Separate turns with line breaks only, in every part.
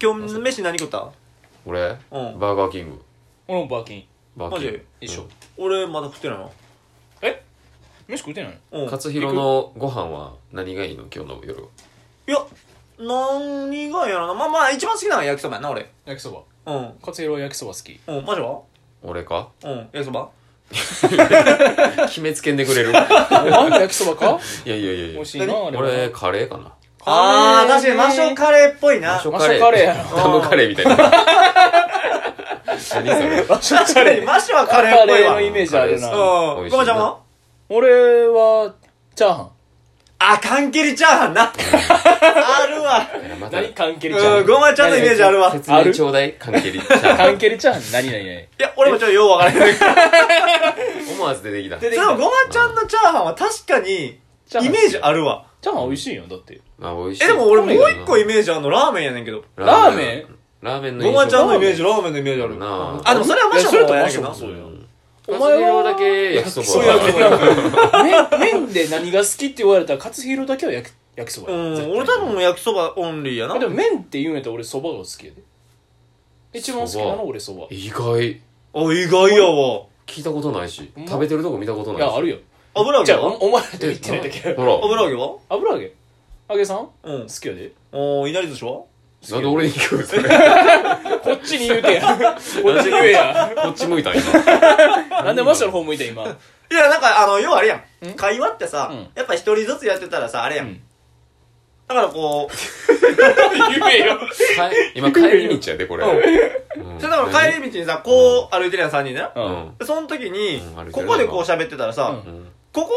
今日飯何食った
俺、
うん
バーガーキング
俺もバーキン
バー
マ
キン
ジ
グ
一緒、
俺まだ食ってないの
え飯食うてないの
うん
勝弘のご飯は何がいいの今日の夜
いや何がやろなまあまあ一番好きなのは焼きそばやな俺
焼きそば
うん
勝弘は焼きそば好き
うんマジは
俺か
うん焼きそば
決めつけんでくれるい
あん た焼きそばか
やいやいやい
美
や
味しいなあれは
俺カレーかな
ああ確かにマショカレーっぽい
マ
な
ショ
マショカレーやろ
ダムカレーみたいな何それ
マショ
確
カ
か
レ
に
ー
マショはカレーっぽい
カレーのイ
わ
メージあるな
うんごまちゃんは
俺はチャーハン
あかんきりチャーハンな あるわ
また
何関係チャーハ
う
ン
んごまちゃんのイメージあるわい
説明ちょうだい関係りち ゃん
関係チャーハン何何何
や俺もちょっとようわからない
思わず出てきた
出
で
てき
も
た
ごまちゃんのチャーハンは確かに
チャーハン
イメージあるわ
チャーハン美味しいよだって
あ美味しい
えでも俺もう一個イメージあるのラーメンやねんけど
ラーメン
ラーメンの
ごまちゃんのイメー
ジ
ジラーメンのイメージある
なあ
あでもそれはマショの方やねんけど
い
な
やそれとマショの方や
お
お
前
前
は
は
だけ焼きそ
そう
ば
やけど麺麺で何が好きって言われたら勝弘だけは焼き焼きそば
う
や
ん
絶対
俺多分焼きそばオンリーやな
あでも麺って言うんやったら俺そばが好きやで一番好きな
そば
の俺そば
意外
あ意外やわ
聞いたことないし
ほんま
食べてるとこ見たこと
い
ない
やあ
し
るよ
油揚
じ
げ
ゃあお
は
お前らと言ってないだけ
ほら
油揚げは
油揚げ揚げさん好
うん
きやで
おーいなり寿司は
なんで俺に聞くんそれ
こっちに言うてや こっちに言えや
こっち向いたん 今
なんでマシュの方向いて今
いやなんかあの要はあれやん
ん
会話ってさ
うん
やっぱ一人ずつやってたらさあれや
うんん
だからこう
言えよ
帰今帰り道やでこれうん
それだから帰り道にさこう歩いてるやん3人でな
う
うんん
でその時に
うん歩いて
こ
るな
こでこう喋ってたらさ
う
うん
ここか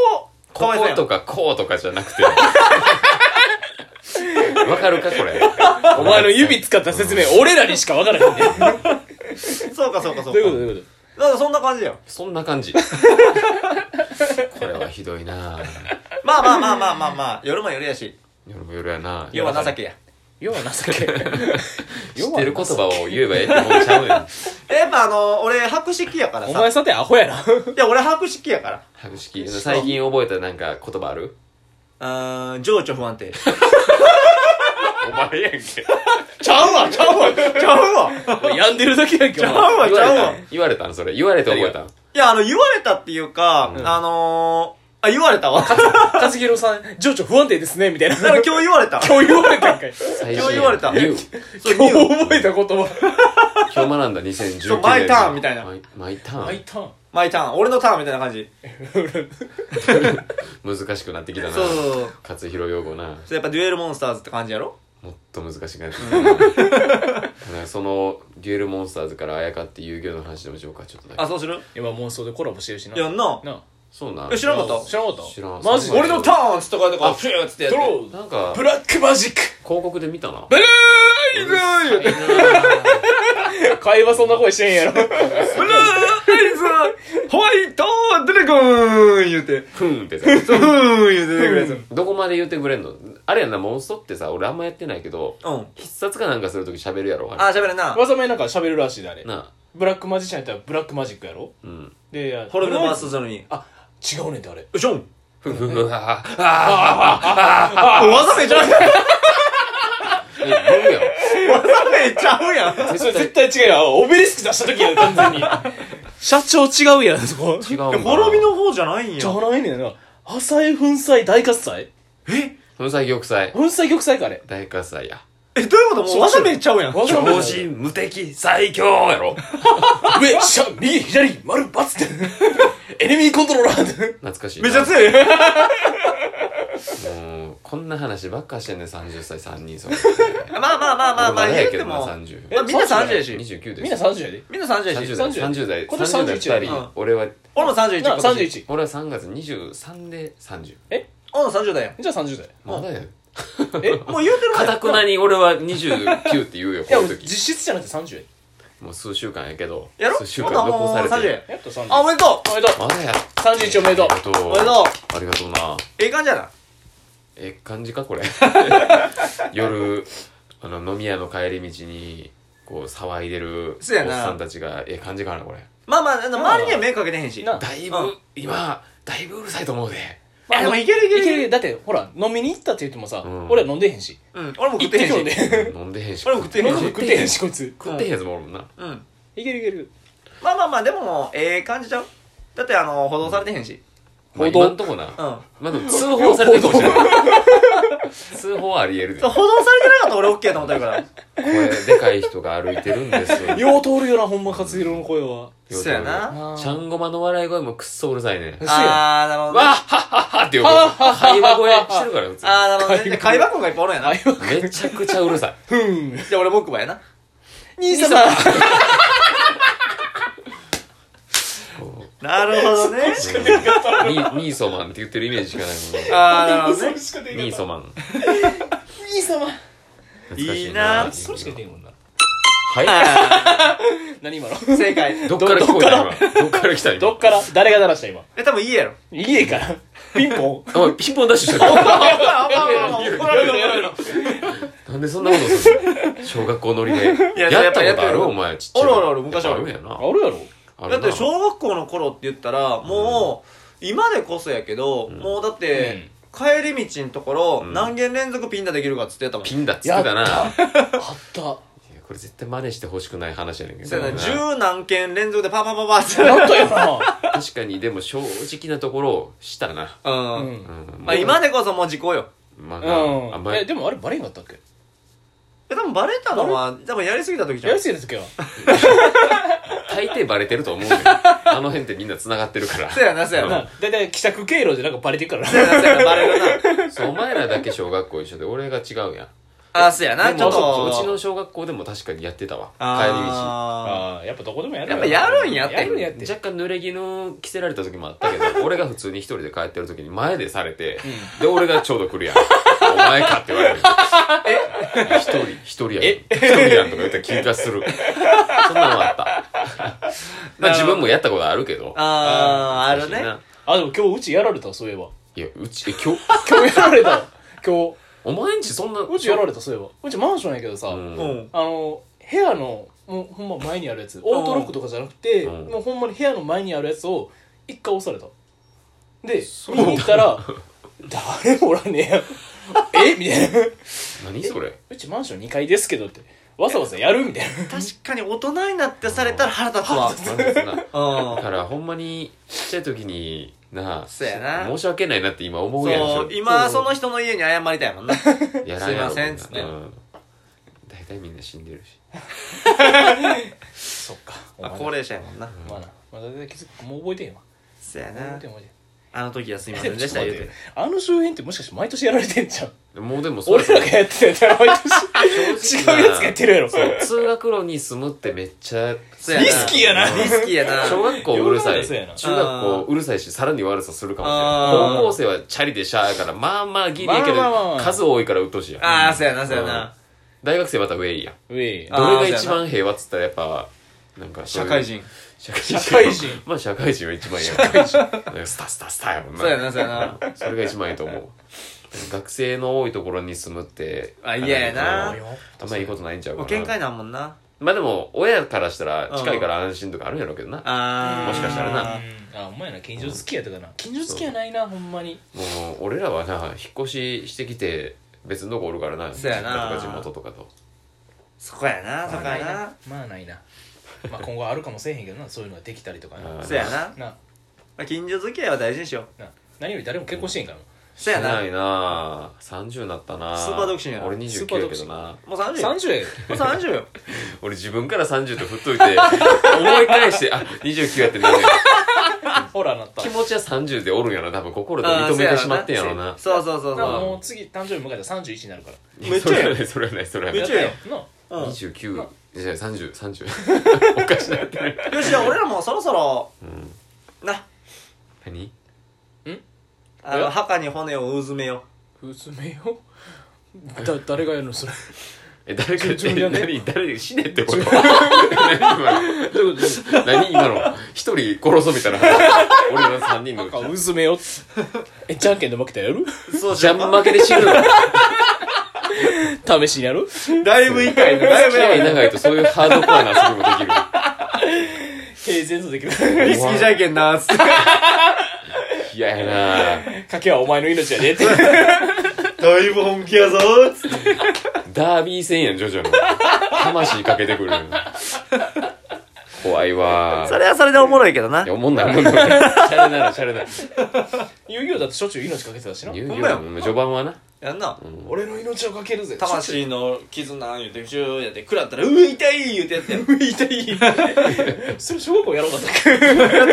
こ
わいそうや
こと
ん
かこうとかじゃ なくてわかるかこれ
お前の指使った説明俺らにしか分からへんね
そうかそうかそうか
どういうことどういうこ
だからそんな感じやん
そんな感じこれはひどいな
まあまあまあまあまあまあ夜も夜やし
夜も夜やな
夜は情けや
と要は情け
知ってる言葉を言えばええってもんちゃうよ
やっぱあの俺白色やから
お
さ
前さてアホや
い
な
や俺白色やから
白式最近覚えたなんか言葉ある
うーん情緒不安定
お前やんけ
ちゃうわちゃうわ
ちゃうわ
病んでるだけやんけ
ち
お
ゃ
前
うわち
言わ
ゃうわ
れたん言われたんそれ言われて覚えた
い
ん
やあの言われたっていうか、
うん
あのー、あ言われた わだか
勝弘さん情緒不安定ですねみたいな
ら今日言われた
今日言われたん かい
最
今日言われた
言う
そう
今日
言う
覚えた言葉
今日学んだ2019年
そうマイターンみたいな
マイマイタ
あい
ーン
たん
マイターン俺のターンみたいな感じ
難しくなってきたな
そうそうそう
勝弘用語な
それやっぱデュエルモンスターズって感じやろ
もっと難しく なってきたななんかそのデュエルモンスターズからあやかって遊戯王の話でもしようかちょっとだけ
あそうする
今妄想でコラボしてるしない
やんな
な
そうなん
え知らなかっ
知らなかった
知らん
マジで
た俺のターンっつったからだからフューっつってやって
ドロ
なんか
ーブラックマジック
広告で見たな
ブル
うるさいな
ー会話そんな声してんやろ
ブルーアイズホワイトドラゴン言うて
ふんってさ
ふーん言うて出てくるやつ
どこまで言ってくれんのあれやんなモンストってさ俺あんまやってないけど
うん
必殺かなんかするとき喋るやろ
あ
あ
喋るな
技名なんか喋るらしいであれ
れなあ
ブラックマジシャンやったらブラックマジックやろ
うん
であ
ホログラムバーストのに
あ違うねんってあれ
うしょん
ふふ ふはは
あ技めちゃうや
えふ んや
ん技めちゃうやん
それ絶対違うやんオベリスク出した時やん完全に社長違うやんそこ
違うんかな
滅びの方じゃないん
じ
や
ゃないねんな破砕粉砕大喝采
え
粉砕玉砕
粉砕玉砕かあれ
大喝采や
えどういうこともう技めちゃうやん
わかんない
超人無敵最強やろ
上下右左丸バツってエネミーコントローラー って
懐かしいな
めちゃ強い
もうこんな話ばっかしてんねん30歳3人それ
まあまあまあまあまあ
俺まだ
言
や
う
け
て
どな
も、
30
まあみんな30やし
29です
みんな30やで
みんな30や
30
し
代30
30
代
今年
30代
31
2
や
人俺は
俺も31
な
31
31
俺は3月23で30
俺も30代や
じゃあ30代
まだや
え
もう言うてる
かたくなに俺は29って言うよ
いや
この時
実質じゃなくて30や
もう数週間やけど
やろ
数週間残されて
ほんならもう30
る
やっと30
あおめでと
おめでとう
まだや
31おめでとう
とう
うおめでとう
ありがとうな
ええ感じやな
ええ感じかこれ 夜あの飲み屋の帰り道にこう騒いでるおっ
そうやな
さんたちがええ感じかなこれ
まあまああの周りには目かけてへんし
な
だいぶ
うん
今だいぶうるさいと思うで
ま
い
あ
やでもいけるいける
いけるだってほら飲みに行ったって言ってもさ、
うん
俺は飲んでへんし
うん、俺も食っ
行ってて
へん
今日
し。
で
飲んでへんし
俺も
食
食
っ
ってへんし。
食ってへんしこいつ
てへんやつもおるもんな
うん。
いけるいける
まあまあまあ、でも、ええ感じちゃうだって、あの、補導されてへんし。
まあ
報道
今んとこな
うん。
まあでも通報されてるかも しれない通報はありえるで
そう
こ
補導されてなかったら俺 OK やと思ってるから。
れでかい人が歩いてるんです よ
よう通るよなほんま勝弘の声は
そうやな。
ちゃんごまの笑い声もくっそうるさいね
う。ん
あー、なるほ
わ
ど
っ
ね。
はっはっ はっていう会話声してるから、普通
あー、なるほどね。で会話音がいっぱいおるんやな。
あいわ
に。めちゃくちゃうるさい。
ふん
じゃあ俺僕ばやな。
兄様
こ
なるほどね。
うニーニーソマンって言ってるイメージしかない
あー、なるほどね。
しか
もん。ニーソマン。
兄様
懐かし
いいな
それしか出んもんな
は
何今の
正解。
い。どっから聞こえた今。どっから来た
どっ
今。
から誰が鳴らした今
え、多分いいやろ。
家からピンポン
おい、ピンポンダッシュしたから。
あ、まあまあまあ、怒られる、怒られる。
なんでそんなことするの小学校乗りで。
や
やった
やっ
こ
ぱ
とあ
やっ
る
ぱ
お前、ちっちゃい
あるあるある昔ある
やっぱあ
あ
る
るやろ
やな。
だって
学
小学校の頃って言ったらもう今でこそやけど、もうだって、帰り道のところ、
うん
何軒連続ピンダできるかっつってやったもん
ピンだっつってたな。いや
あった
これ絶対真似してほしくない話やねんけど。
そうやな十何軒連続でパパパパって
あったよな
確かに、でも正直なところ、したな。
うん、
う
うんん
まあ、今でこそもう時効よ
まあ、あん
う
ま
んえ
り
でもあれバレんかったっけ
え多分バレたのは多分やりすぎた時じゃ
や
ん
りすぎた時は
大抵バレてると 思うねんあの辺ってみんな繋がってるから。
そうやなそうやな
うん
なだいたい希釈経路でなんかバレてるから
そうやなそうやなバレるな
そうお前らだけ小学校一緒で、俺が違うやん。
あそうやな
で
ちょ
も
っと
うちの小学校でも確かにやってたわ。帰
あ
ああやっぱどこでもやる
やっぱやるんやって
やるんやっ
り
て
道。若干濡れ着の着せられた時もあったけ ど、俺が普通に一人で帰ってる時に前でされて、で、俺がちょうど来るやん。お前かって言われる。え一人、一人やん。
え
一人やんとか言ったら気がする。そんなの あった。まあ自分もやったことあるけど。
あーある
難しい
ね
な。
あ、でも今日うちやられた、そういえば。
いや、うち、え、今日、
今日やられた。今日。
お前んちそんな。
うちやられた、そういえば。うちマンションやけどさ、
うん
うん
あの、部屋の、もうほんま前にあるやつ、オートロックとかじゃなくて、
うん
もうほんまに部屋の前にあるやつを一回押された。で、
う
見に行ったら、誰もおらねえやん。 えみたいな。
何それ
うちマンション2階ですけどって、わざわざやるみたいな。
確かに大人になってされたら腹立つわ
なんですな
うん
だからほんまにちっちゃい時になあ
そうやな
申し訳ないなって今思うやん
そう今その人の家に謝りたいもんな
やらんやろ
すいませんっつって
う大体みんな死んでるし
そっか。
まあ
お
高
前な
齢者やもんな
まあな。まあ、だいたい気づく。もう覚えてへんわ。
そや
覚え
な
てへん覚えてへん
あの時はすみませんでした言うて
あの周辺ってもしかして毎年やられてんじゃん。
もうでもそ
俺
れ
らがやってたやつやろ毎年
正直な
違うやつがやってるやろ
そう通学路に住むってめっちゃ
そやな
リスキーやな
リスキーや な
小学校うるさい
世の中でそうやな
中学校うるさいしさらに悪さするかもしれ
あ
な
ー
い高校生はチャリでシャーやからまあまあギリやけど
まあまあまあまあ
数多いからうっとうしいやん
ああそやなそやな
大学生またウェイやん
ウェイ
あ
どれが一番平和っつったらやっぱなんかそういう社会人
社会人
まあ社会人は一番いいやんなんかスタスタスタやもんな
そうやなそうやな
それが一番いいと思う学生の多いところに住むって
あ嫌やな
あんまいいことないんちゃう
もう
か
限
な
界なんもんな
まあでも親からしたら近いから安心とかあるんやろうけどなも
ああ
しかしたらな
あお前ら近所付き合いとかな近所付き合いないなほんまに
う俺らはな引っ越ししてきて別のとこおるからな
そうやな
実家とか地元とかと
そこやなそこ
まあない
や
なまあないなまあ今後あるかもせえへんけどなそういうのができたりとか
う
なん
な
あ
そやな
な
まあ近所付き合いは大事にしよう
な何より誰も結婚してへんからな
そや
して
な
ないな30になったな
スーパー独身やな
俺
スーパー
29
独
や
身
けどな
もう30よもう
30や
30よ
俺自分から30と振っといて思い返してあ29やってなるやん
ほらなった
気持ちは30でおるんやろ多分心で認めてしまってんやろな
そうそうそう
な
そ
あ
う
もう次誕生日迎えたら31になるから
そうめっちゃ
それは
や
ないそれはないそれは
め
な
っ
い
ちゃや
な
うんよ
29じゃあ3030おかしなってない
しじゃあ俺らもそろそろ
うん
な
何
あ
え
の墓に骨をうずめよ
娘よ だ誰がやるのそれ
え誰か
順々
え
だ ね
何誰死ねってこと何今の何今の一人殺そうみたいな話俺の3人のう
あ
ち
娘 よえじゃんけんで負けたらや
う
る
そう
ジャン負けで死 ぬの
試しにやる
だいぶ痛いねだい
付
ぶ
き合
痛い
い長いとそういうハードコアな遊びもできる
平然とできる
リスキーじゃいけんなーっつって。
嫌やな
賭けはお前の命やでっ て。
だいぶ本気やぞーっつって
ダービー戦やん、徐々に。魂かけてくる。怖いわ
それはそれでおもろいけどない
や、おもんないもんない。シャレならシャレなら。
遊戯王だってしょっちゅう命かけてたしな。
遊
ほん
戯
まや
王も序盤はな。
やんな
俺の命をかけるぜ。
魂の絆言うてシューやって食らったら「うー痛い!」言うてやってやんや
痛い。それ小学校やろうかった
ってたのも多分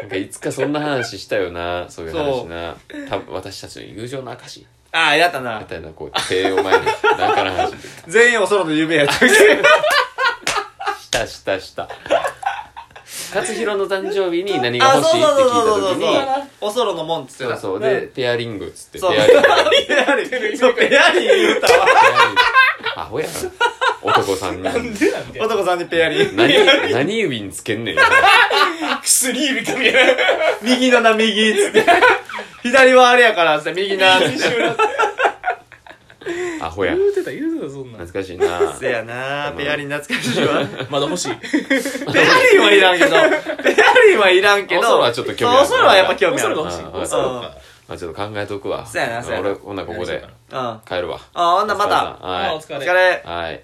なんかいつかそんな話したよな、そういう話な。た私たちの友情の証。
ああやった
み
な
たいな、こう、手を前に。なんかの話。
全員お空の夢やった
したしたした。勝弘の誕生日に何が欲しいって聞いた時に、
お空のもんっつって
そう
た
そう、で、ペアリングっつって、ペ
そう
アリング。
ペアリングそうペアリング言うたわ
アホやな。男さんに。
なんでなんて。
男さんにペアリング
何、何指につけんねん。
薬指か みたいな。
右のな右っつって 左はあれやからっつって右なっつって
アホや。
言うてた、言うてた、そんな。
懐かしいな。
せやなペアリン懐かしいわ
まだ欲 しい。
ペアリンはいらんけどペアリンはいらんけど
お空はちょっと興味ある
そうお空はやっぱ興味あ
お
るう
空が
ん
欲しい。
うん
お空か。
まあちょっと考えとくわ。
そうやなそうやな
俺、ほんならここで
あ
帰るわ。
あほんならま
お疲れさん
た
はい
あお疲
お
れ
疲れ
はい。